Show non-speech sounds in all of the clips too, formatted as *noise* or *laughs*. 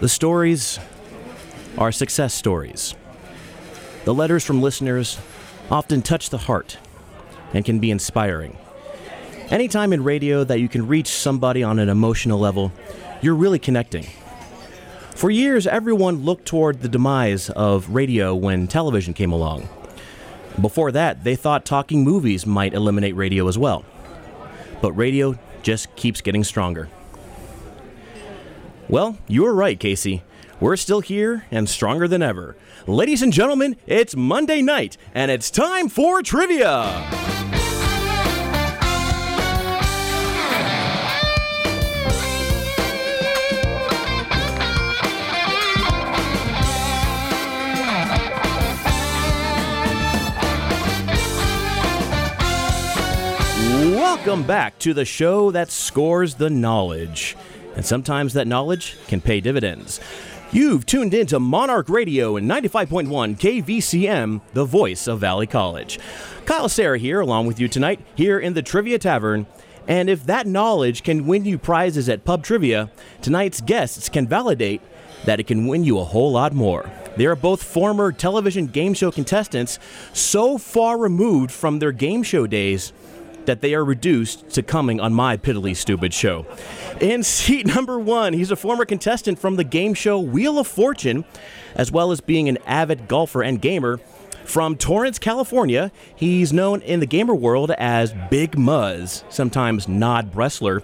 The stories are success stories. The letters from listeners often touch the heart and can be inspiring. Anytime in radio that you can reach somebody on an emotional level, you're really connecting. For years, everyone looked toward the demise of radio when television came along. Before that, they thought talking movies might eliminate radio as well. But radio just keeps getting stronger. Well, you were right, Casey. We're still here and stronger than ever. Ladies and gentlemen, it's Monday night, and it's time for trivia! Welcome back to the show that scores the knowledge. And sometimes that knowledge can pay dividends. You've tuned in to Monarch Radio and 95.1 KVCM, the voice of Valley College. Kyle Sarah here, along with you tonight, here in the Trivia Tavern. And if that knowledge can win you prizes at pub trivia, tonight's guests can validate that it can win you a whole lot more. They are both former television game show contestants, so far removed from their game show days that they are reduced to coming on my piddly stupid show. In *laughs* seat number one, he's a former contestant from the game show Wheel of Fortune, as well as being an avid golfer and gamer. From Torrance, California, he's known in the gamer world as Big Muzz, sometimes Nod Bressler.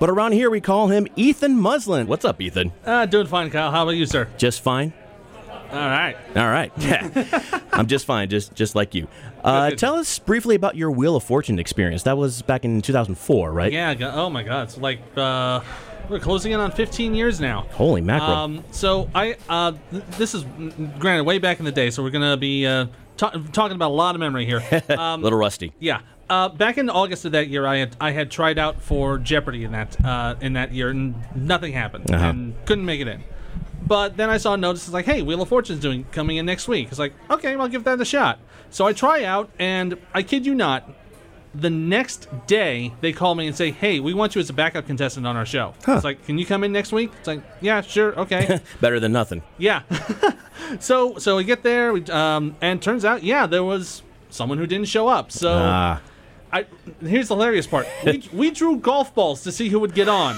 But around here, we call him Ethan Muslin. What's up, Ethan? Uh, doing fine, Kyle. How about you, sir? Just fine? All right. All right. *laughs* Yeah. I'm just fine, just just like you. Uh, tell us briefly about your Wheel of Fortune experience. That was back in 2004, right? Yeah. go- Oh my God. It's like uh, we're closing in on 15 years now. Holy mackerel. Um, so I uh, th- this is mm, granted way back in the day. So we're gonna be uh, ta- talking about a lot of memory *laughs* here. A little rusty. Yeah. Uh, back in August of that year, I had I had tried out for Jeopardy in that uh, in that year, and nothing happened, Uh-huh. and couldn't make it in. But then I saw notices like, "Hey, Wheel of Fortune's doing coming in next week." It's like, "Okay, well, I'll give that a shot." So I try out, and I kid you not, the next day they call me and say, "Hey, we want you as a backup contestant on our show." It's like, "Can you come in next week?" It's like, "Yeah, sure, *laughs* okay." Better than nothing. Yeah. *laughs* so so we get there, we, um, and turns out, yeah, there was someone who didn't show up. So Ah. I here's the hilarious part: we, *laughs* we drew golf balls to see who would get on.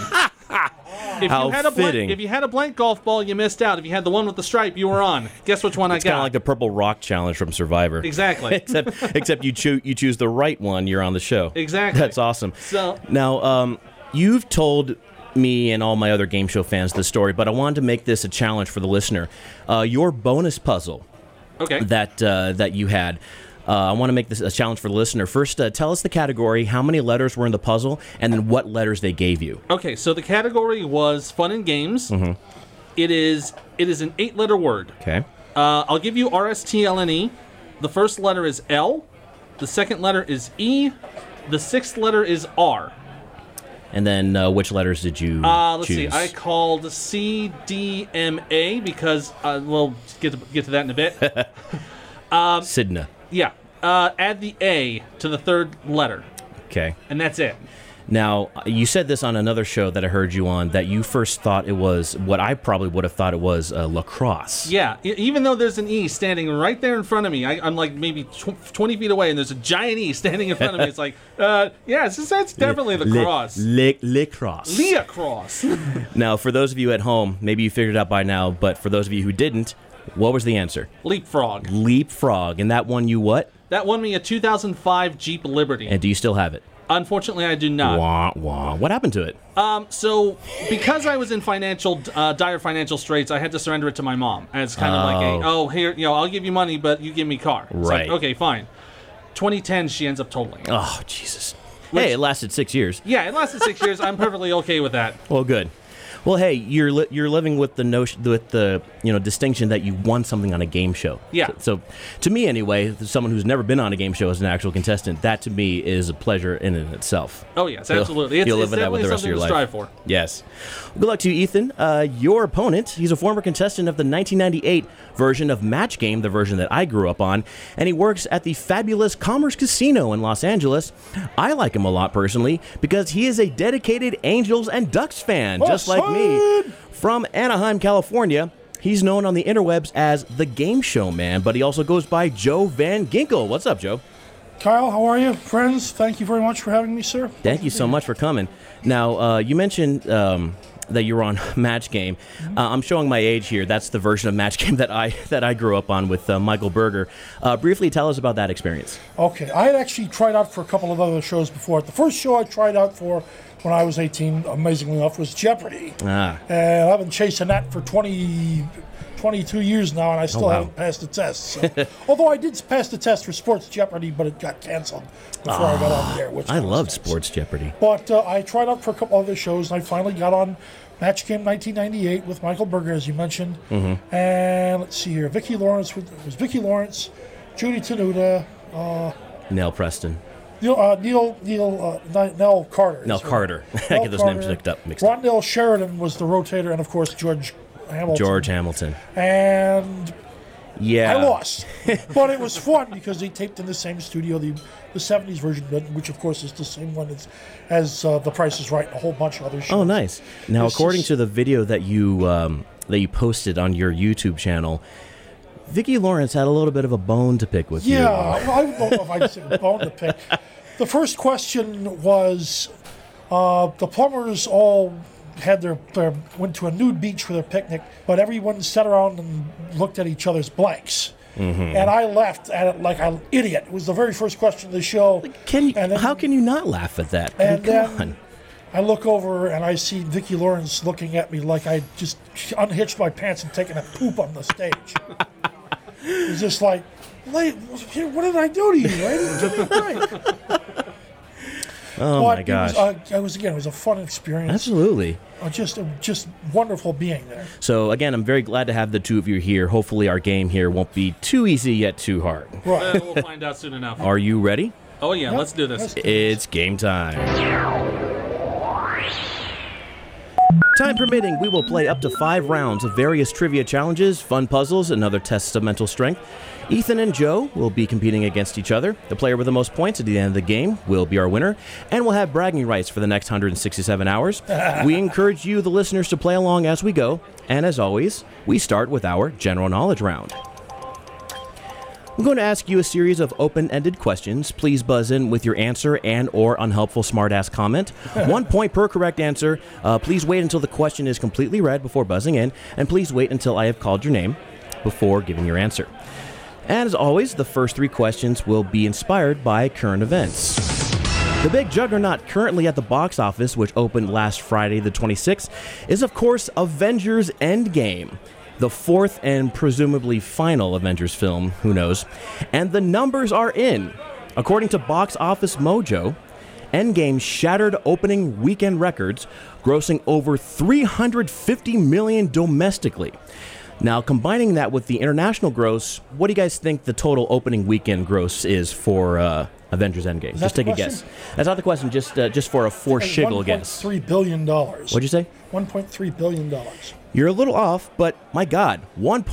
If How you had a blank, fitting. if you had a blank golf ball, you missed out. If you had the one with the stripe, you were on. Guess which one I It's kind got? of like the Purple Rock Challenge from Survivor. exactly. *laughs* except except you choose you choose the right one, you're on the show. Exactly. That's awesome. So- now, um, you've told me and all my other game show fans this story, but I wanted to make this a challenge for the listener. Uh, your bonus puzzle okay. that uh, that you had. Uh, I want to make this a challenge for the listener. First, uh, tell us the category, how many letters were in the puzzle, and then what letters they gave you. okay. So the category was fun and games. Mm-hmm. It is it is an eight letter word. Okay. Uh, I'll give you R S T L N E. The first letter is L. The second letter is E. The sixth letter is R. And then uh, which letters did you Uh, let's choose? see. I called CDMA because uh, we'll get to, get to that in a bit. *laughs* Sidna. yeah. Uh, add the A to the third letter, Okay. and that's it. Now, you said this on another show that I heard you on that you first thought it was what I probably would have thought it was uh, lacrosse. Yeah. e- even though there's an E standing right there in front of me, I, I'm like maybe tw- 20 feet away, and there's a giant E standing in front of me. *laughs* It's like, uh, yeah, it's just, that's definitely the Li- cross. li- Lacrosse. Leah cross. now, for those of you at home, maybe you figured it out by now, but for those of you who didn't, what was the answer? Leapfrog. Leapfrog. And that one you what? That won me a 2005 Jeep Liberty. And do you still have it? Unfortunately, I do not. Wah, wah. What happened to it? Um, so because I was in financial uh, dire financial straits, I had to surrender it to my mom as kind of like a Oh. oh here you know I'll give you money but you give me car. It's like, Right. okay, fine. 2010, she ends up totaling. it. Oh, Jesus. Hey, it lasted six years. Yeah, it lasted six years. I'm perfectly okay with that. Well, good. Well, hey, you're li- you're living with the notion with the you know distinction that you won something on a game show. Yeah. So, so to me, anyway, someone who's never been on a game show as an actual contestant, that to me is a pleasure in and of itself. Oh yes, You'll- absolutely. It's, you'll live it's with that with definitely the rest of something your life. to strive for. Yes. Good luck to you, Ethan. Uh, your opponent, he's a former contestant of the 1998 version of Match Game, the version that I grew up on, and he works at the fabulous Commerce Casino in Los Angeles. I like him a lot personally because he is a dedicated Angels and Ducks fan, just like me. From Anaheim, California. He's known on the interwebs as the Game Show Man, but he also goes by Joe Van Ginkle. What's up, Joe? Kyle, how are you? Friends, thank you very much for having me, sir. Thank you so much for coming. Now, uh, you mentioned um, that you were on *laughs* Match Game. Mm-hmm. Uh, I'm showing my age here. That's the version of Match *laughs* Game that I that I grew up on with uh, Michael Berger. Uh, briefly, tell us about that experience. Okay, I had actually tried out for a couple of other shows before. The first show I tried out for when I was 18, amazingly enough, was Jeopardy. Ah. And I've been chasing that for 20, 22 years now, and I still Oh, wow. haven't passed the test. *laughs* So. Although I did pass the test for Sports Jeopardy, but it got canceled before I got on there. Which I was loved nice. Sports Jeopardy. But uh, I tried out for a couple other shows, and I finally got on Match Game 1998 with Michael Berger, as you mentioned. Mm-hmm. And let's see here, Vicki Lawrence with- it was Vicki Lawrence, Judy Tenuta, Neil Preston. Neil uh, Neil, Neil uh, Ni- Nell Carter. Nell So, Carter. *laughs* I Nell get those names Carter. mixed up- mixed up. Rondell Sheridan was the rotator, and of course George Hamilton. George Ah. Hamilton. And Yeah. I *laughs* lost, but it was fun because they taped in the same studio the the '70s version, which of course is the same one as, as uh, The Price is Right and a whole bunch of other shows. Oh, nice. Now, This according is- to the video that you um, that you posted on your YouTube channel, Vicki Lawrence had a little bit of a bone to pick with Yeah, you. well, I don't know if I can say bone to pick. The first question was uh, the plumbers all had their, their went to a nude beach for their picnic, but everyone sat around and looked at each other's blanks. Mm-hmm. And I laughed at it like an idiot. It was the very first question of the show. Can you, And then- how can you not laugh at that? I mean, And come then on. I look over and I see Vicki Lawrence looking at me like I just unhitched my pants and taken a poop on the stage. it's just like, lady, what did I do to you? Lady? Give me a break. Oh But my it was, gosh. uh, it was again. It was a fun experience. Absolutely. Uh, just, uh, just wonderful being there. So again, I'm very glad to have the two of you here. Hopefully, our game here won't be too easy yet too hard. Right. Uh, we'll find out soon enough. Are you ready? Oh yeah, let's do this. It's game time. Time permitting, we will play up to five rounds of various trivia challenges, fun puzzles, and other tests of mental strength. Ethan and Joe will be competing against each other. The player with the most points at the end of the game will be our winner, and we'll have bragging rights for the next 167 hours. we encourage you, the listeners, to play along as we go, and as always, we start with our general knowledge round. I'm going to ask you a series of open-ended questions. Please buzz in with your answer and or unhelpful smartass comment. One point per correct answer. Uh, please wait until the question is completely read before buzzing in, and please wait until I have called your name before giving your answer. And as always, the first three questions will be inspired by current events. The big juggernaut currently at the box office, which opened last Friday the 26th, is of course Avengers Endgame, the fourth and presumably final Avengers film, who knows. And the numbers are in. According to Box Office Mojo, Endgame shattered opening weekend records, grossing over 350 million domestically. Now, combining that with the international gross, what do you guys think the total opening weekend gross is for uh, Avengers Endgame? that Just the take a question? guess. That's not the question. Just uh, just for a four shiggle guess. Three billion dollars. What'd you say? 1.3 billion dollars. You're a little off, but my God,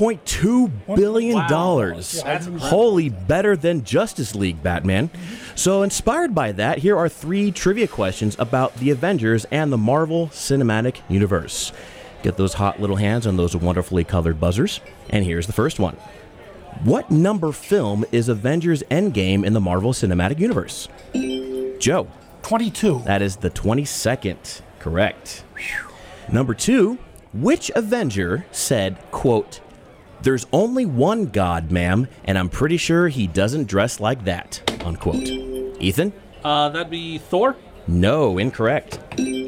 1.2 billion Wow. dollars. Yeah, That's Holy, better than Justice League, Batman. So inspired by that, here are three trivia questions about the Avengers and the Marvel Cinematic Universe. Get those hot little hands on those wonderfully colored buzzers. And here's the first one. What number film is Avengers Endgame in the Marvel Cinematic Universe? Joe. 22. That is the 22nd. Correct. Number two, which Avenger said, quote, There's only one God, ma'am, and I'm pretty sure he doesn't dress like that, unquote. Ethan? Uh, that'd be Thor. No, incorrect.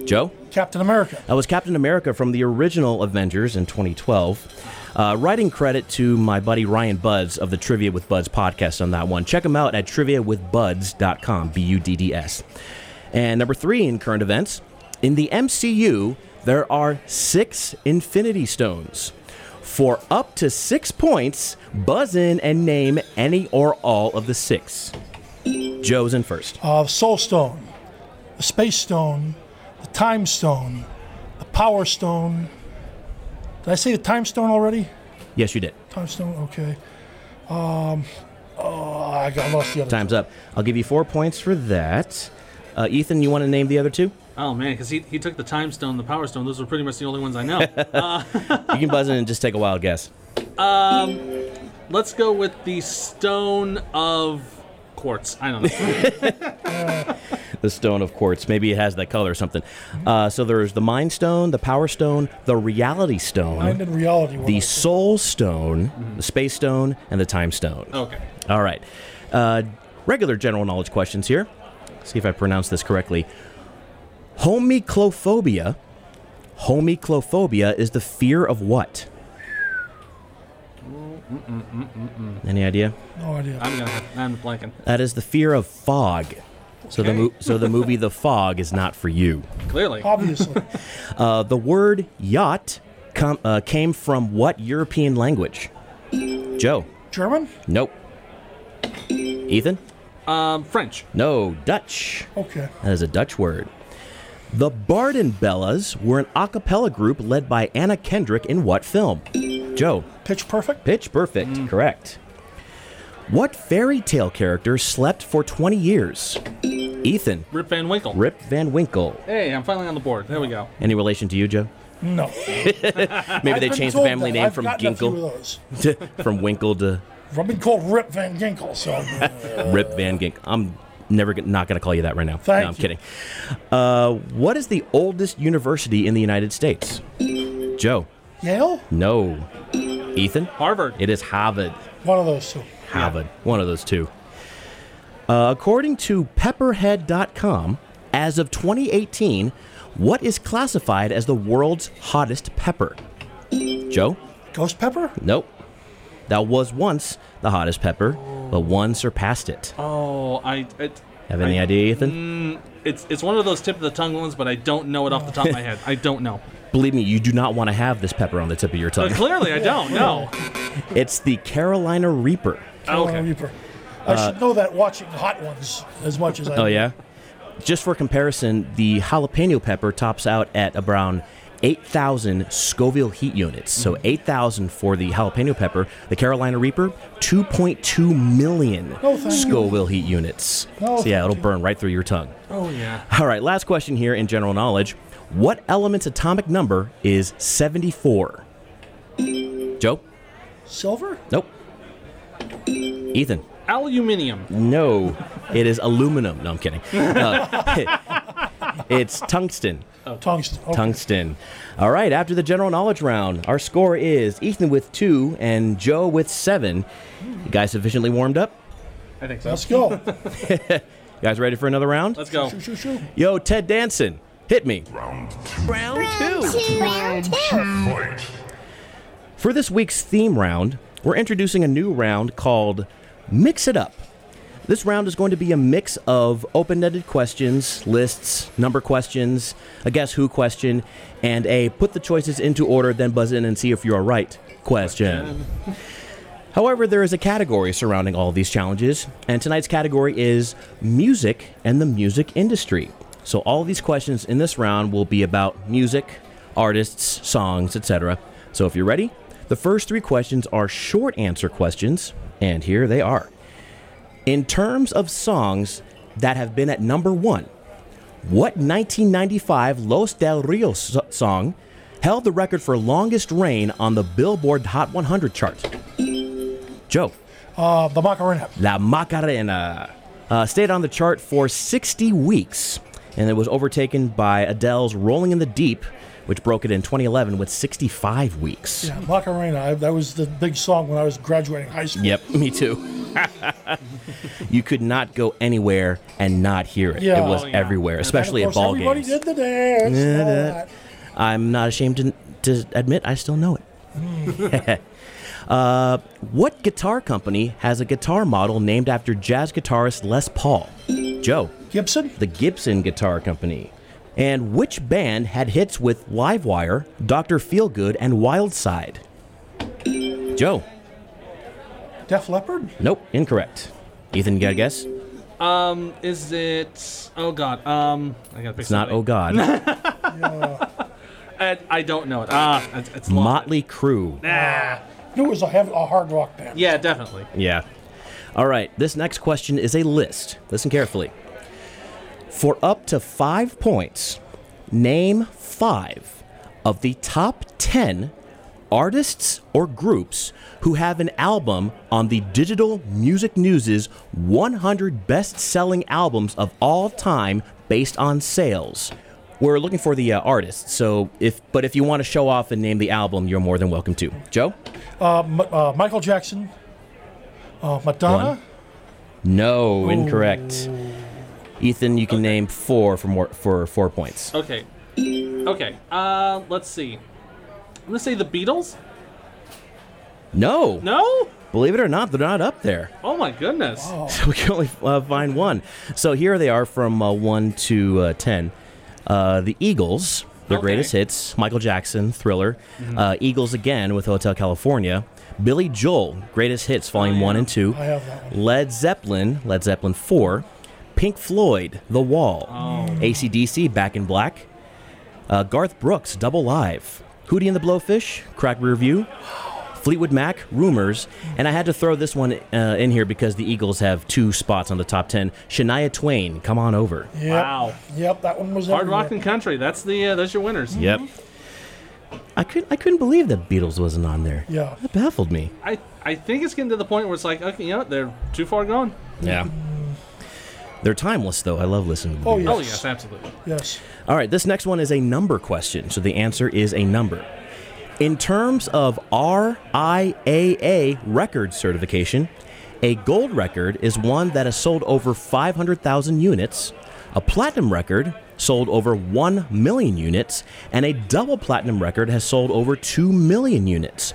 Joe? Captain America. That was Captain America from the original Avengers in 2012. Uh, writing credit to my buddy Ryan Buds of the Trivia with Buds podcast on that one. Check him out at triviawithbuds.com, B U D D S. And number three in current events in the MCU, there are six Infinity Stones. For up to six points, buzz in and name any or all of the six. Joe's in first. Uh, Soul Stone. The Space Stone. The Time Stone. The Power Stone. Did I say the Time Stone already? Yes, you did. Time Stone. Okay. Um. Oh, I got lost the other Time's up. I'll give you four points for that. Uh, Ethan, you want to name the other two? Uh, Oh man, because he, he took the time stone, the power stone. Those are pretty much the only ones *laughs* I know. You can buzz in and just take a wild guess. Let's go with the stone of quartz. I don't know. The stone of quartz. Maybe it has that color or something. Uh, so there's the mind stone, the power stone, the reality I'm stone, in reality. when I the was- soul stone, the space stone, and the time stone. okay. All right. Uh, regular general knowledge questions here. See if I pronounce this correctly. Homiclophobia. Homiclophobia is the fear of what? Any idea? no idea. I'm gonna. Have, I'm blanking. That is the fear of fog. So the Okay. mo- so the movie The Fog is not for you. Clearly. *laughs* Obviously, Uh, the word yacht com- uh, came from what European language? Joe. German. Nope. Ethan. Um, French. No. Dutch. Okay. That is a Dutch word. The Barden Bellas were an a cappella group led by Anna Kendrick in what film? Joe. Pitch perfect. Pitch Perfect. Mm. Correct. What fairy tale character slept for 20 years? Ethan. Rip Van Winkle. Rip Van Winkle. Hey, I'm finally on the board. There we go. Any relation to you, *laughs* Joe? No. Maybe I've they been changed the told family that. name I've from gotten a few of Ginkle those. *laughs* to, from Winkle to I've been called Rip Van Ginkle, *laughs* so uh, Rip Van Ginkle. I'm never g- not going to call you that right now. Thank no, I'm you. kidding. Uh, what is the oldest university in the United States? Joe. Yale. No. Ethan? Harvard. It is Harvard. One of those two. Harvard. One of those two. Uh, according to pepperhead.com, as of 2018, what is classified as the world's hottest pepper? Joe? Ghost Pepper. Nope. That was once the hottest pepper, but one surpassed it. Oh, I. It, Have any idea, Ethan? it's it's one of those tip of the tongue ones, but I don't know it off the top of my head. I *laughs* don't know. Believe me, you do not want to have this pepper on the tip of your tongue. *laughs* But clearly, I don't know. It's the Carolina Reaper. Carolina Oh, Okay. Reaper. I should know that watching Hot Ones as much as I. Uh, Oh yeah. Just for comparison, the jalapeno pepper tops out at around 8,000 Scoville heat units. So Mm-hmm. 8,000 for the jalapeno pepper. The Carolina Reaper, 2.2 million No, Oh, thank you. Scoville heat units. No, so yeah, thank it'll you. burn right through your tongue. Oh yeah. All right, last question here in general knowledge. What element's atomic number is 74? Joe? Silver. Nope. Ethan? Aluminium. No, it is aluminum. No, *laughs* I'm kidding. Uh, it's tungsten. Tungsten. Okay. Tungsten. All right, after the general knowledge round, our score is Ethan with two and Joe with seven. You guys sufficiently warmed up? I think so. Let's go. *laughs* You guys ready for another round? Let's go. shoo, shoo, shoo. Yo, Ted Danson, hit me. Round two. Round two. For this week's theme round, we're introducing a new round called Mix It Up. This round is going to be a mix of open ended questions, lists, number questions, a guess who question, and a put the choices into order, then buzz in and see if you are right question. However, there is a category surrounding all these challenges, and tonight's category is music and the music industry. So, all these questions in this round will be about music, artists, songs, etc. So, if you're ready, the first three questions are short answer questions, and here they are. In terms of songs that have been at number one, what 1995 Los Del Rio so- song held the record for longest reign on the Billboard Hot 100 chart? Joe, Uh, the Macarena. La Macarena uh, stayed on the chart for 60 weeks, and it was overtaken by Adele's Rolling in the Deep, which broke it in 2011 with 65 weeks. Yeah, Macarena. I, that was the big song when I was graduating high school. Yep, me too. *laughs* you could not go anywhere and not hear it. Yeah. It was Oh, yeah. everywhere, especially and at of course, ball everybody games. did the dance. and all that. I'm not ashamed to, to admit I still know it. Mm. *laughs* uh, what guitar company has a guitar model named after jazz guitarist Les Paul? Joe, Gibson. the Gibson Guitar Company. And which band had hits with Livewire, Dr. Feelgood, and Wildside? Joe, Def Leppard. nope, incorrect. Ethan, you got a guess? Is it? Oh God. Um, I gotta pick. It's not Oh somebody. God. I, I don't know it. Ah, it's, it's lost. Motley Crue. Ah, Knew it was a, heavy, a hard rock band. yeah, definitely. Yeah. All right, this next question is a list. Listen carefully. For up to five points, Name five of the top 10 artists or groups who have an album on the Digital Music News's 100 best selling albums of all time based on sales. We're looking for the uh, artists, so if but if you want to show off and name the album, you're more than welcome to. Joe? M- uh, Michael Jackson, uh, Madonna, No, incorrect. Ethan, you can name four for more for four points. Okay. Okay. Uh, let's see. I'm gonna say the Beatles. No, No. believe it or not, they're not up there. Oh my goodness. *laughs* So we can only uh, find one. So here they are from uh, one to uh, ten. Uh, the Eagles, their Okay. Mm-hmm. greatest hits: Michael Jackson, Thriller. Uh, Eagles again with Hotel California. Billy Joel, greatest hits, Oh, Volume One and Two. I have that one. Led Zeppelin, Led Zeppelin 4, Pink Floyd, The Wall, Oh. ACDC, Back in Black, uh, Garth Brooks, Double Live, Hootie and the Blowfish, Crack Review, Fleetwood Mac, Rumors, and I had to throw this one uh, in here because the Eagles have two spots on the top 10. Shania Twain, Come On Over. Yep. Wow. Yep, that one was Hard everywhere. rock and country. That's the. Uh, that's your winners. Yep. I couldn't, I couldn't believe that Beatles wasn't on there. Yeah. That baffled me. I I think it's getting to the point where it's like, okay, you know, what, they're too far gone. Yeah. They're timeless, though. I love listening to Oh, Beatles. Oh Yes. yes, absolutely. Yes. All right, this next one is a number question. So the answer is a number. In terms of RIAA record certification, a gold record is one that has sold over 500,000 units, a platinum record sold over 1 million units, and a double platinum record has sold over 2 million units.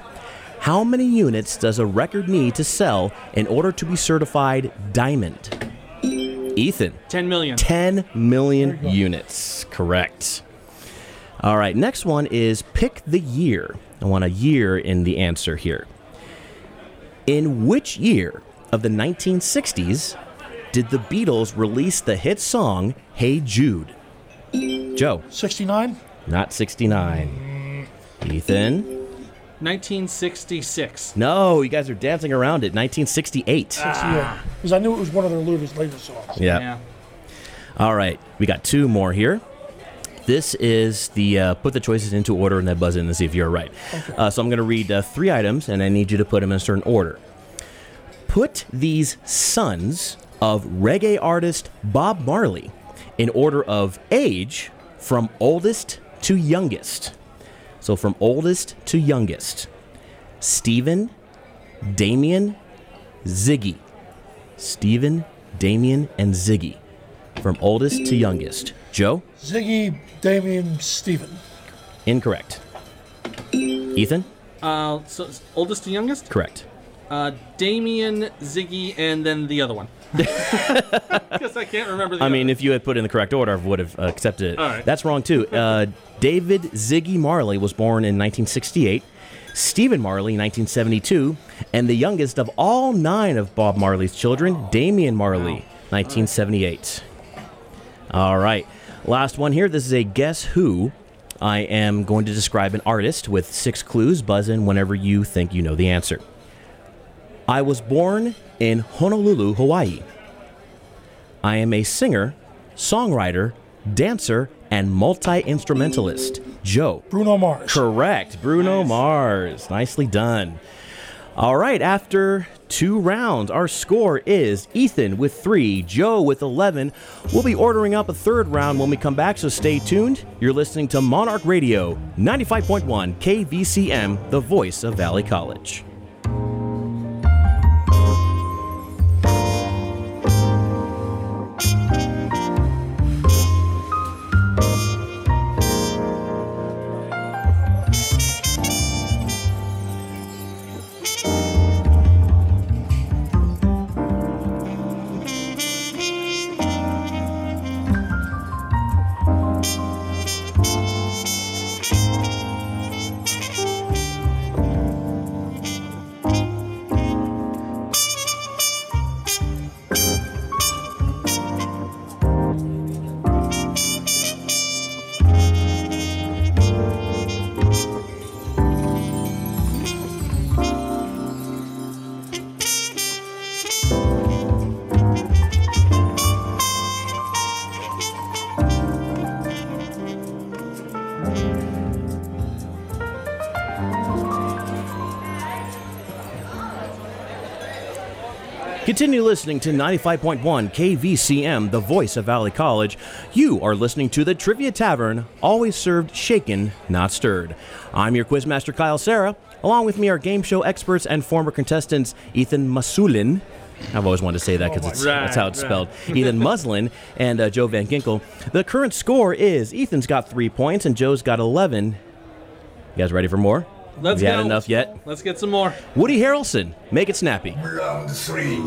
How many units does a record need to sell in order to be certified diamond? Ethan. Ten million. 10 million units. Correct. All right, next one is pick the year. I want a year in the answer here. In which year of the 1960s did the Beatles release the hit song Hey Jude? Joe, 69? not 69. Ethan? 1966. No, you guys are dancing around it. 1968. Ah. Yeah. Because I knew it was one of their later, later songs. Yeah. All right, we got two more here. This is the uh, put the choices into order and then buzz in and see if you're right. Uh, so I'm going to read uh, three items and I need you to put them in a certain order. Put these sons of reggae artist Bob Marley in order of age from oldest to youngest. So from oldest to youngest Stephen, Damien, Ziggy. Stephen, Damien, and Ziggy from oldest to youngest. Joe, Ziggy, Damien, Stephen. incorrect. Ethan, Uh, so it's oldest to youngest. correct. Uh, Damien, Ziggy, and then the other one. Because I can't remember the. I mean, other. if you had put in the correct order, I would have uh, accepted it. All right. That's wrong *laughs* too. Uh, David Ziggy Marley was born in 1968. Stephen Marley, 1972, and the youngest of all nine of Bob Marley's children, Damian Marley, 1978. All right. Last one here. This is a guess who. I am going to describe an artist with six clues. Buzz in whenever you think you know the answer. I was born in Honolulu, Hawaii. I am a singer, songwriter, dancer, and multi instrumentalist. Joe. Bruno Mars. Correct. Bruno Mars. Nicely done. All right, after two rounds, our score is Ethan with three, Joe with 11. We'll be ordering up a third round when we come back, so stay tuned. You're listening to Monarch Radio 95.1 KVCM, the voice of Valley College. Continue listening to 95.1 KVCM, the voice of Valley College. You are listening to the Trivia Tavern, always served shaken, not stirred. I'm your quizmaster Kyle Sarah. Along with me are game show experts and former contestants Ethan Masulin. I've always wanted to say that because it's Oh, Right, that's how it's right. *laughs* spelled. Ethan Muslin and uh, Joe Van Ginkel. The current score is Ethan's got three points and Joe's got 11. You guys ready for more? Have Let's you go. had enough yet? Let's get some more. Woody Harrelson, make it snappy. Round three.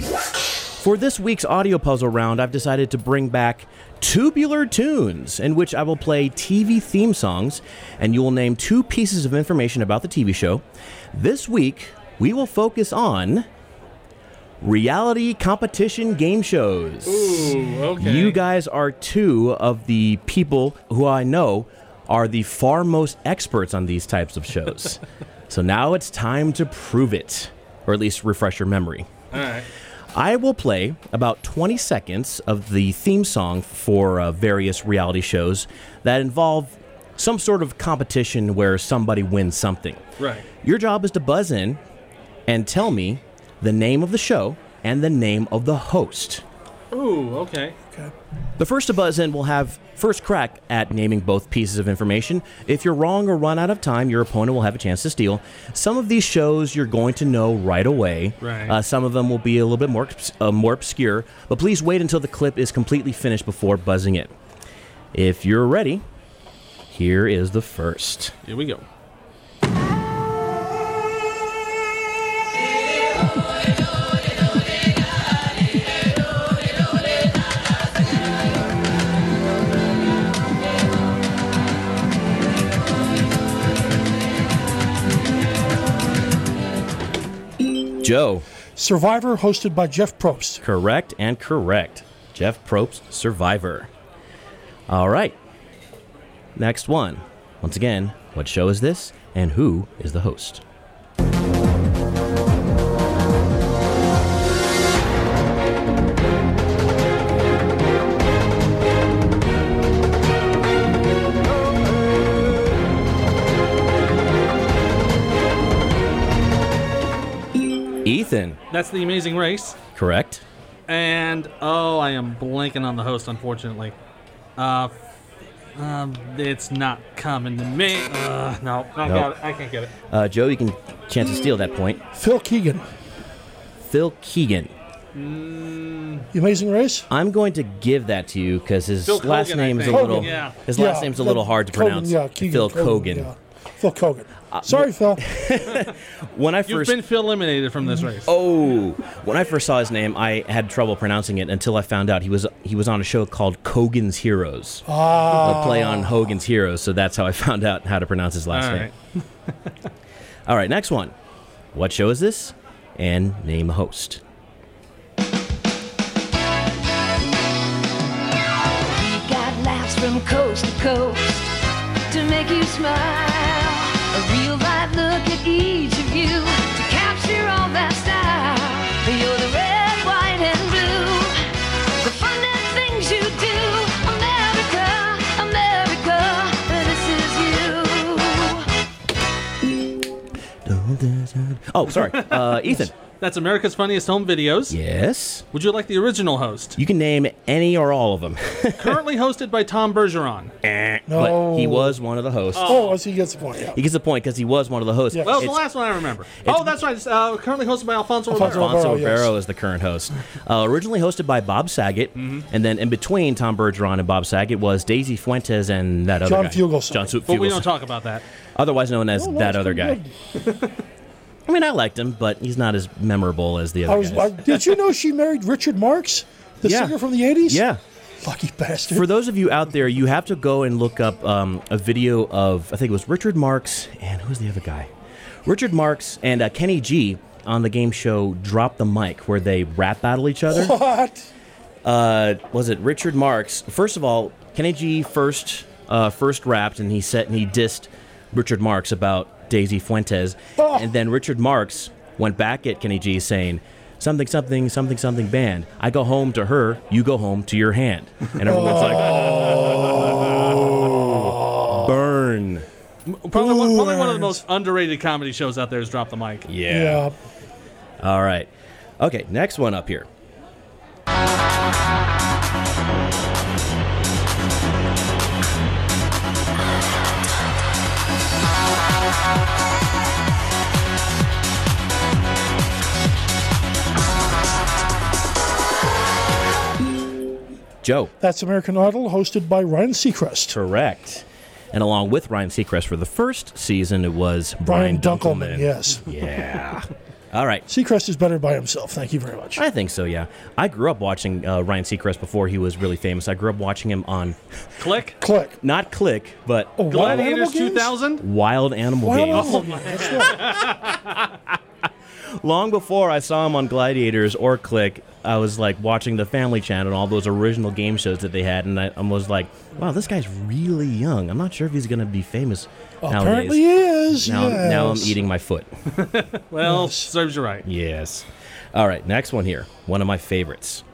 For this week's audio puzzle round, I've decided to bring back Tubular Tunes, in which I will play TV theme songs, and you will name two pieces of information about the TV show. This week, we will focus on reality competition game shows. Ooh, okay. You guys are two of the people who I know are the far most experts on these types of *laughs* shows. so now it's time to prove it, or at least refresh your memory. All right. I will play about 20 seconds of the theme song for uh, various reality shows that involve some sort of competition where somebody wins something. Right. Your job is to buzz in and tell me the name of the show and the name of the host. Ooh, okay. The first to buzz in will have first crack at naming both pieces of information. If you're wrong or run out of time, your opponent will have a chance to steal. Some of these shows you're going to know right away. Right. Uh, some of them will be a little bit more obs- uh, more obscure, but please wait until the clip is completely finished before buzzing it. If you're ready, here is the first. Here we go. Joe, Survivor, hosted by Jeff Probst. correct and correct. Jeff Probst, Survivor. All right. Next one. Once again, what show is this and who is the host? Ethan, That's the Amazing Race. correct? And oh, I am blanking on the host, unfortunately. Uh, um, it's not coming to me. Uh, no, I Nope. got it. I can't get it. Uh, Joe, you can chance to steal that point. Phil Keegan. Phil Keegan. The Amazing Race? I'm going to give that to you because his Phil last Kogan, I name is a think. little. Kogan, yeah. His last Yeah, name's a that- little hard to Kogan, pronounce. yeah, Keegan Phil Kogan. Uh, yeah. Phil Kogan. Sorry, Phil. When I You've first been Phil eliminated from this race. oh, when I first saw his name, I had trouble pronouncing it until I found out he was he was on a show called Kogan's Heroes, Ah, a play on Hogan's Heroes. So that's how I *laughs* found out how to pronounce his last All name. right. All right, next one. What show is this? And name a *laughs* host. Got laughs from coast to coast to make you smile. A real live look at each of you to capture all that style. You're the red, white, and blue. The fun and things you do. America, America, this is you. Oh, sorry, uh, Ethan. That's America's Funniest Home Videos. Yes, Would you like the original host? you can name any or all of them. Currently hosted by Tom Bergeron. *laughs* But he No. was one of the hosts. Oh, as he gets the point. Yeah. He gets a point because he was one of the hosts. Yeah. Well, it's, It's- the last one I remember. Oh, that's right. It's, uh, currently hosted by Alfonso, Alfonso Ribeiro. Alfonso Alvaro, yes. Rivero is the current host. Uh, originally hosted by Bob Saget, Mm-hmm. and then in between Tom Bergeron and Bob Saget was Daisy Fuentes and that other John guy. Fugelsang. John Su- But we Fugelsang, don't talk about that. otherwise known as Oh, well, that it's other pretty guy. good. I mean, I liked him, but he's not as memorable as the other I was. I, guys. did you know she married Richard Marx, the Yeah. singer from the '80s? yeah. Lucky bastard. For those of you out there, you have to go and look up um, a video of I think it was Richard Marks and who was the other guy? Richard Marks and uh, Kenny G on the game show Drop the Mic, where they rap battle each *laughs* other. Uh, what? was it Richard Marks? First of all, Kenny G first uh, first rapped and he said and he dissed Richard Marks about Daisy Fuentes, Oh. and then Richard Marks went back at Kenny G saying. Something, something, something, something band. I go home to her, you go home to your hand. And everyone's uh, like, burn. Probably one, probably one of the most underrated comedy shows out there is Drop the Mic. Yeah. Yeah. All right. Okay, next one up here. Joe. That's American Idol, hosted by Ryan Seacrest. Correct. And along with Ryan Seacrest for the first season, it was Brian, Brian Dunkelman, yes. Yeah. All right. Seacrest is better by himself. Thank you very much. I think so, yeah. I grew up watching uh, Ryan Seacrest before he was really famous. I grew up watching him on, Click. Click. not Click, but Oh, Wild Animal Gladiators Games? 2000. Wild Animal Wild Games. Animal Games, that's right. Long before I saw him on Gladiators or Click, I was like watching the Family Channel and all those original game shows that they had, and I, I was like, wow, this guy's really young. I'm not sure if he's going to be famous nowadays. Apparently he is. Now, yes. now I'm eating my foot. Well, serves you right. Yes. All right, next one here. One of my favorites.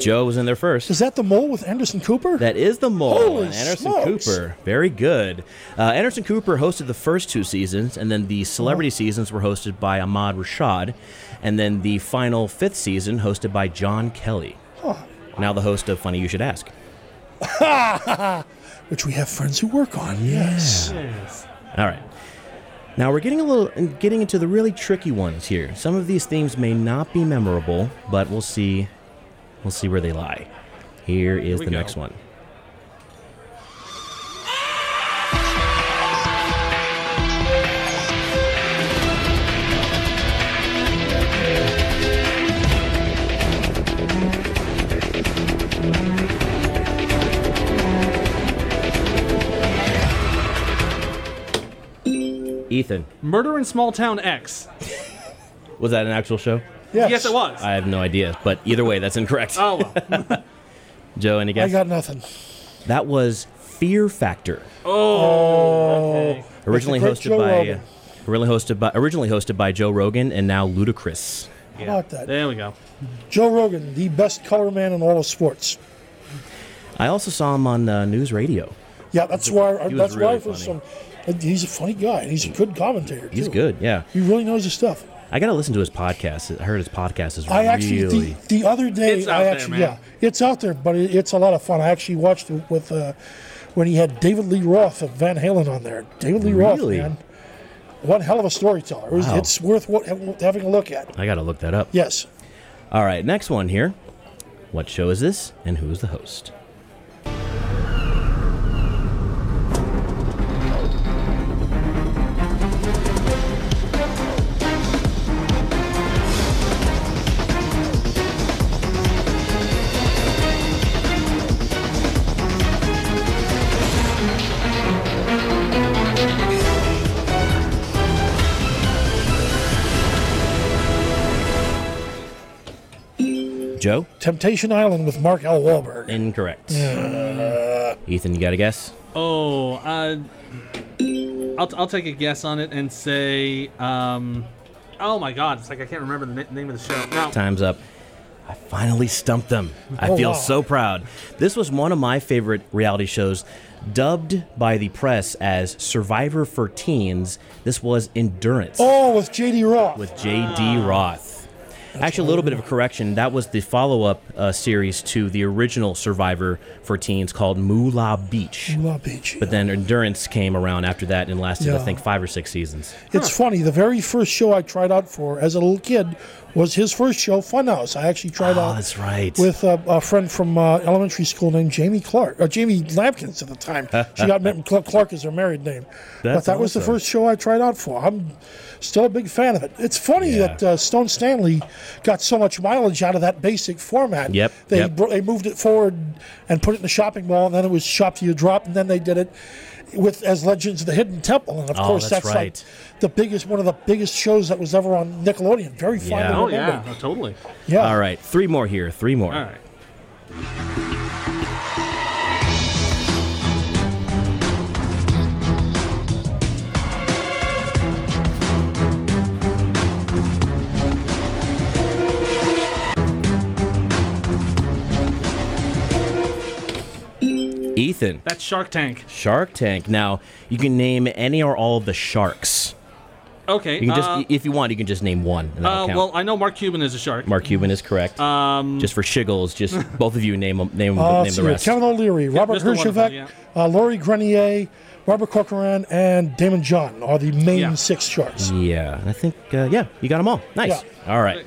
Joe was in there first. Is that the mole with Anderson Cooper? That is the mole. Holy and Anderson smokes. Cooper. Very good. Uh, Anderson Cooper hosted the first two seasons, and then the Oh. celebrity seasons were hosted by Ahmad Rashad, and then the final fifth season hosted by John Kelly. Now the host of Funny You Should Ask. Which we have friends who work on. Yes. All right. Now we're getting a little getting into the really tricky ones here. Some of these themes may not be memorable, but we'll see we'll see where they lie. Here is we the go. next one. Ethan, Murder in Small Town X. was that an actual show? Yes. Yes, it was. I have no idea, but either way, that's incorrect. oh *laughs* well. Joe, any I guess? got nothing. that was Fear Factor. Oh. originally That's hosted the great Joe by Rogan. originally hosted by originally hosted by Joe Rogan and now Ludacris. How about that? There we go. Joe Rogan, the best color man in all of sports. I also saw him on uh, news radio. Yeah, that's why. was that's really why for funny. some, he's a funny guy and he's a good commentator. He's too. good, yeah. He really knows his stuff. I gotta listen to his podcast. I heard his podcast is I actually really the, the other day It's out I there, actually man. yeah it's out there but it, it's a lot of fun I actually watched it with uh, when he had David Lee Roth of Van Halen on there David Lee Roth Really? man one hell of a storyteller It was- Wow. it's worth what, having a look at I gotta look that up. yes All right, next one here. What show is this, and who is the host? Joe? Temptation Island with Mark L Wahlberg Incorrect. Ethan, you got a guess? Oh, uh, I'll, I'll take a guess on it and say, um, oh my god, it's like I can't remember the na- name of the show. No, Time's up. I finally stumped them. I Oh, feel wow. so proud. This was one of my favorite reality shows, dubbed by the press as Survivor for Teens. This was Endurance oh with JD Roth with J.D. Roth. Actually, a little bit of a correction. That was the follow up uh, series to the original Survivor for Teens called Moolah Beach. Long Beach But then Endurance came around after that and lasted, I Yeah. think, five or six seasons. It's funny. The very first show I tried out for as a little kid was his first show, Funhouse. I actually tried Oh, out that's right. with a, a friend from uh, elementary school named Jamie Clark, or Jamie Lampkins at the time. she got met Cl- Clark as her married *laughs* name. That's but that was the awesome. first show I tried out for. I'm still a big fan of it. It's funny Yeah. that uh, Stone Stanley got so much mileage out of that basic format. Yep, They yep. br- they moved it forward and put it in the shopping mall, and then it was shop to you drop, and then they did it with as Legends of the Hidden Temple, and of Oh, course that's that's, right. like the biggest one of the biggest shows that was ever on Nickelodeon. Very fun. Yeah. to oh remember. yeah, oh, totally. Yeah. All right, three more here, three more. All right. Nathan, That's Shark Tank. Shark Tank. Now you can name any or all of the sharks. Okay. You can just, uh, if you want, you can just name one. And that'll uh, count. well, I know Mark Cuban is a shark. Mark Cuban is correct. Um, just for shiggles, *laughs* just both of you name 'em- name 'em- Uh, name let's see the here. rest. Kevin O'Leary, Robert Mr. Wonderful, Herjavec, yeah. uh, Laurie Grenier, Robert Corcoran, and Damon John are the main Yeah. six sharks. Yeah, and I think uh, yeah, you got them all. Nice. Yeah. All right.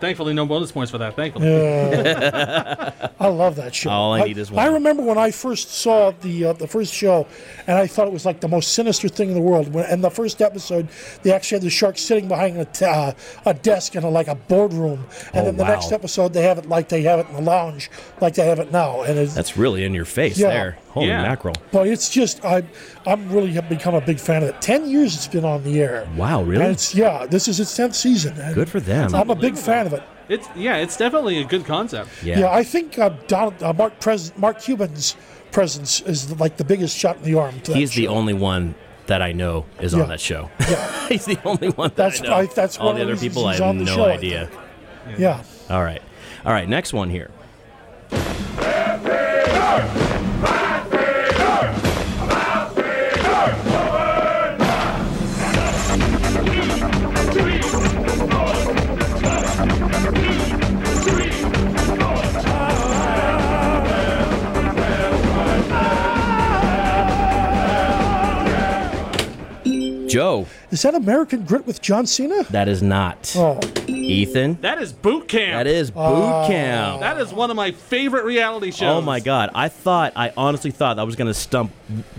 Thankfully, no bonus points for that. Thankfully. *laughs* I love that show. All I need is one. I remember when I first saw the uh, the first show, and I thought it was like the most sinister thing in the world. When, and the first episode, they actually had the shark sitting behind a, t- uh, a desk in a, like a boardroom, and Oh, then the wow. next episode they have it like they have it in the lounge, like they have it now. And it's, That's really in your face Yeah. there. Holy Yeah. mackerel. but it's just I I'm really have become a big fan of it. Ten years it's been on the air. Wow, really? And it's yeah, this is its tenth season. and Good for them. I'm a big fan of it. It's yeah, it's definitely a good concept. Yeah. Yeah, I think uh, Donald, uh, Mark, Pres- Mark Cuban's presence is like the biggest shot in the arm. To that He's the show. only one that I know is Yeah. on that show. *laughs* Yeah. he's the only one that That's I know. why- that's all one the of the other reasons people I he's have on the no show, I idea. Yeah. All right. All right, next one here. Joe, Is that American Grit with John Cena? that is not. Oh, Ethan, That is boot camp. that is boot camp. That is one of my favorite reality shows. Oh my god! I thought I honestly thought I was going to stump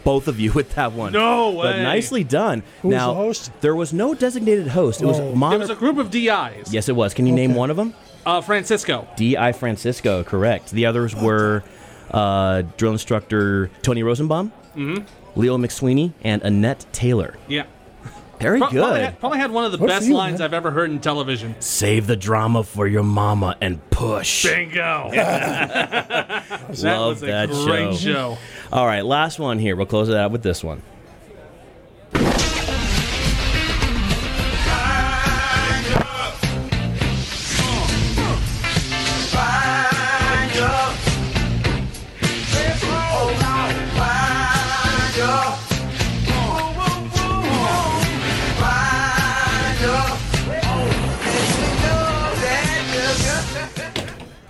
both of you *laughs* with that one. No But way. nicely done. Who was now the host? there was no designated host. It was Oh. It mono- was a group of DIs. yes, it was. Can you name Okay. one of them? Uh, Francisco. D.I. Francisco, correct. The others were uh, drill instructor Tony Rosenbaum, Mm-hmm. Leo McSweeney, and Annette Taylor. Yeah. Very Pro- Probably good. had, probably had one of the Good for best you, lines man. I've ever heard in television. Save the drama for your mama and push. *laughs* Bingo. *laughs* that Love was a that great show. show. All right, last one here. We'll close it out with this one.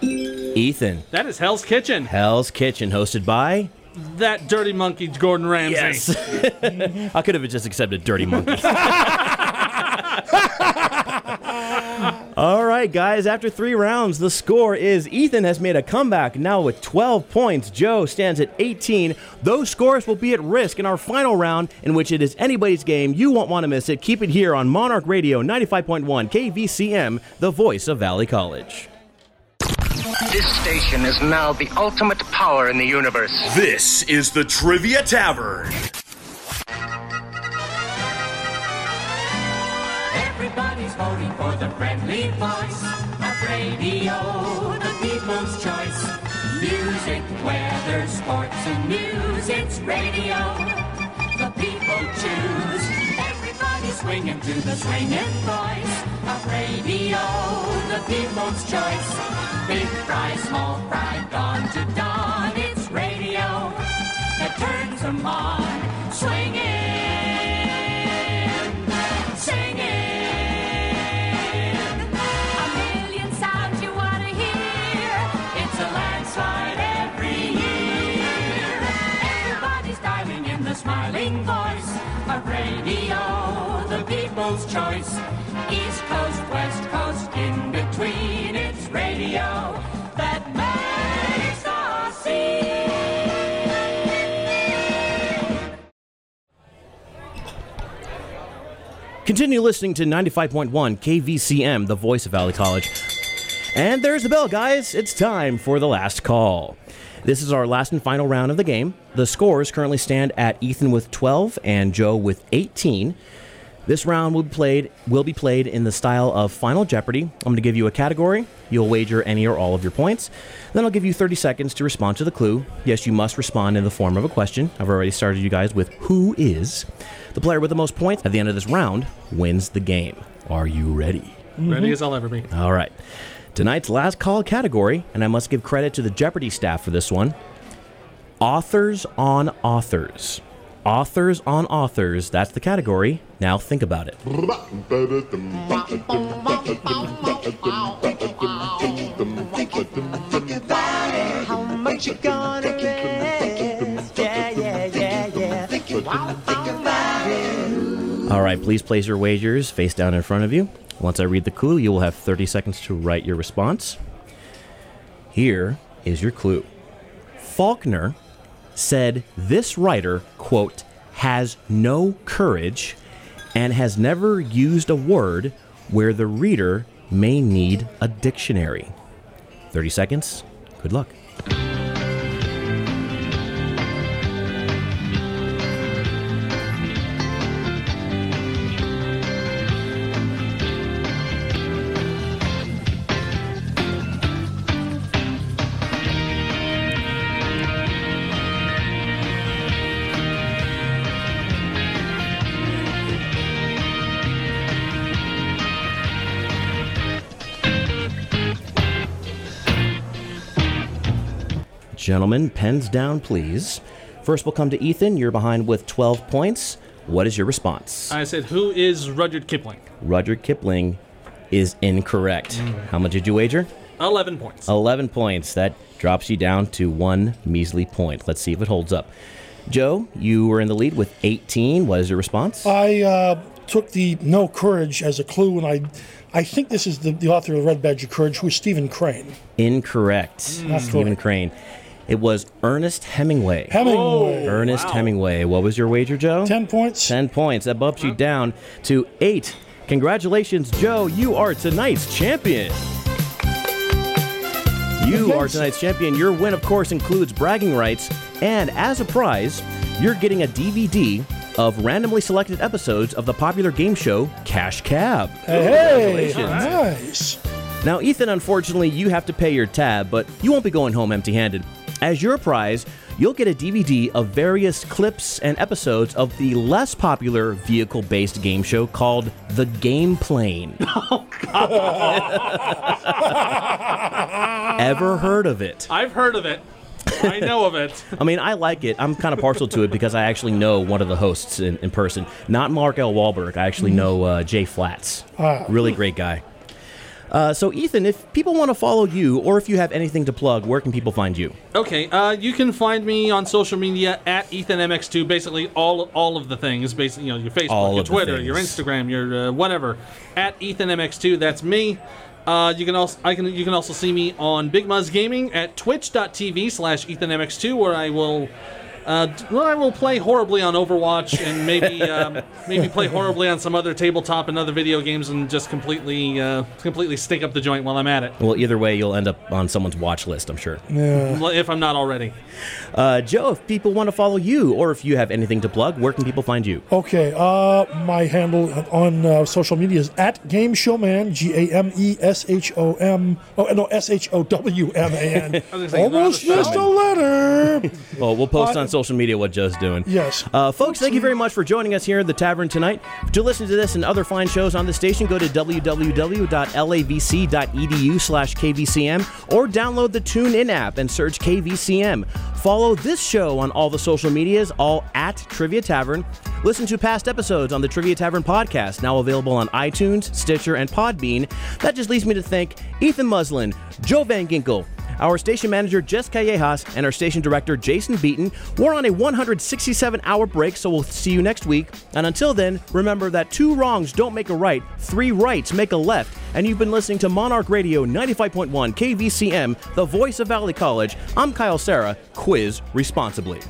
Ethan, That is Hell's Kitchen. Hell's Kitchen, hosted by That dirty monkey, Gordon Ramsay. *laughs* I could have just accepted Dirty Monkey. All right, guys, after three rounds, the score is Ethan has made a comeback now with 12 points. Joe stands at 18. Those scores will be at risk in our final round, in which it is anybody's game. You won't want to miss it. Keep it here on Monarch Radio 95.1 KVCM, the voice of Valley College. This station is now the ultimate power in the universe. This is the Trivia Tavern. Everybody's voting for the friendly voice of radio, the people's choice. Music, weather, sports, and news. It's radio. The people choose. Everybody's swinging to the swinging voice of radio, the people's choice. Big fry, small fry, dawn to dawn. It's radio that turns them on. Swinging, singing. A million sounds you wanna hear. It's a landslide every year. Everybody's dialing in the smiling voice of radio, the people's choice. East Coast, West Coast, in between, it's radio that makes the scene. Continue listening to 95.1 KVCM, the voice of Valley College. And there's the bell, guys. It's time for the last call. This is our last and final round of the game. The scores currently stand at Ethan with 12 and Joe with 18. This round will be played will be played in the style of Final Jeopardy. I'm going to give you a category. You'll wager any or all of your points. Then I'll give you 30 seconds to respond to the clue. Yes, you must respond in the form of a question. I've already started you guys with who is. The player with the most points at the end of this round wins the game. Are you ready? Ready as I'll ever be. All right. Tonight's last call category, and I must give credit to the Jeopardy staff for this one Authors on Authors. Authors on Authors, that's the category. Now think about it. All right, please place your wagers face down in front of you. Once I read the clue, you will have 30 seconds to write your response. Here is your clue. Faulkner said this writer, quote, has no courage and has never used a word where the reader may need a dictionary. 30 seconds. Good luck. Gentlemen, pens down, please. First, we'll come to Ethan. You're behind with 12 points. What is your response? I said, who is Rudyard Kipling? Rudyard Kipling is incorrect. Mm. How much did you wager? 11 points. 11 points. That drops you down to one measly point. Let's see if it holds up. Joe, you were in the lead with 18. What is your response? I uh, took the no courage as a clue, and I, I think this is the, the author of the Red Badge of Courage, who is Stephen Crane. Incorrect. mm. That's Stephen correct. Crane. It was Ernest Hemingway. Hemingway. Ernest Hemingway. What was your wager, Joe? Ten points. 10 points. That bumps you down to eight. Congratulations, Joe. You are tonight's champion. You are Thanks. tonight's champion. Your win, of course, includes bragging rights. And as a prize, you're getting a DVD of randomly selected episodes of the popular game show Cash Cab. Hey, Congratulations. nice. Now, Ethan, unfortunately, you have to pay your tab, but you won't be going home empty handed. As your prize, you'll get a DVD of various clips and episodes of the less popular vehicle based game show called The Game Plane. *laughs* Ever heard of it? I've heard of it. I know of it. I mean, I like it. I'm kind of partial to it because I actually know one of the hosts in, in person. Not Mark L. Wahlberg. I actually know uh, Jay Flats. really great guy. Uh, so, Ethan, if people want to follow you or if you have anything to plug, where can people find you? Okay, uh, you can find me on social media at EthanMX2. Basically, all all of the things. Basically, you know, your Facebook, All your of the Twitter, your things. Instagram, your uh, whatever. At EthanMX2, that's me. Uh, you can also I can you can also see me on Big Muzz Gaming at Twitch.tv/slash EthanMX2, where I will. Uh, d- well, I will play horribly on Overwatch and maybe *laughs* um, maybe play horribly on some other tabletop and other video games and just completely uh, completely stink up the joint while I'm at it, Well, either way, you'll end up on someone's watch list, I'm sure. if I'm not already. Uh, Joe, if people want to follow you or if you have anything to plug, where can people find you? Okay, uh, my handle on uh, social media is at Game Showman, G A M E S H O M, oh no, S H O W M A *laughs* N. was gonna say, Almost not a missed a *laughs* letter. Well, we'll post Uh, on social media what Joe's doing. yes. Uh, folks, thank you very much for joining us here at the Tavern tonight. To listen to this and other fine shows on the station, go to www.lavc.edu slash KVCM or download the TuneIn app and search KVCM. Follow this show on all the social medias, all at Trivia Tavern. Listen to past episodes on the Trivia Tavern podcast, now available on iTunes, Stitcher, and Podbean. That just leaves me to thank Ethan Muslin, Joe Van Ginkle, our station manager, Jess Callejas, and our station director, Jason Beaton. We're on a 167 hour break, so we'll see you next week. And until then, remember that two wrongs don't make a right, three rights make a left. And you've been listening to Monarch Radio 95.1 KVCM, the voice of Valley College. I'm Kyle Sarah. Quiz responsibly.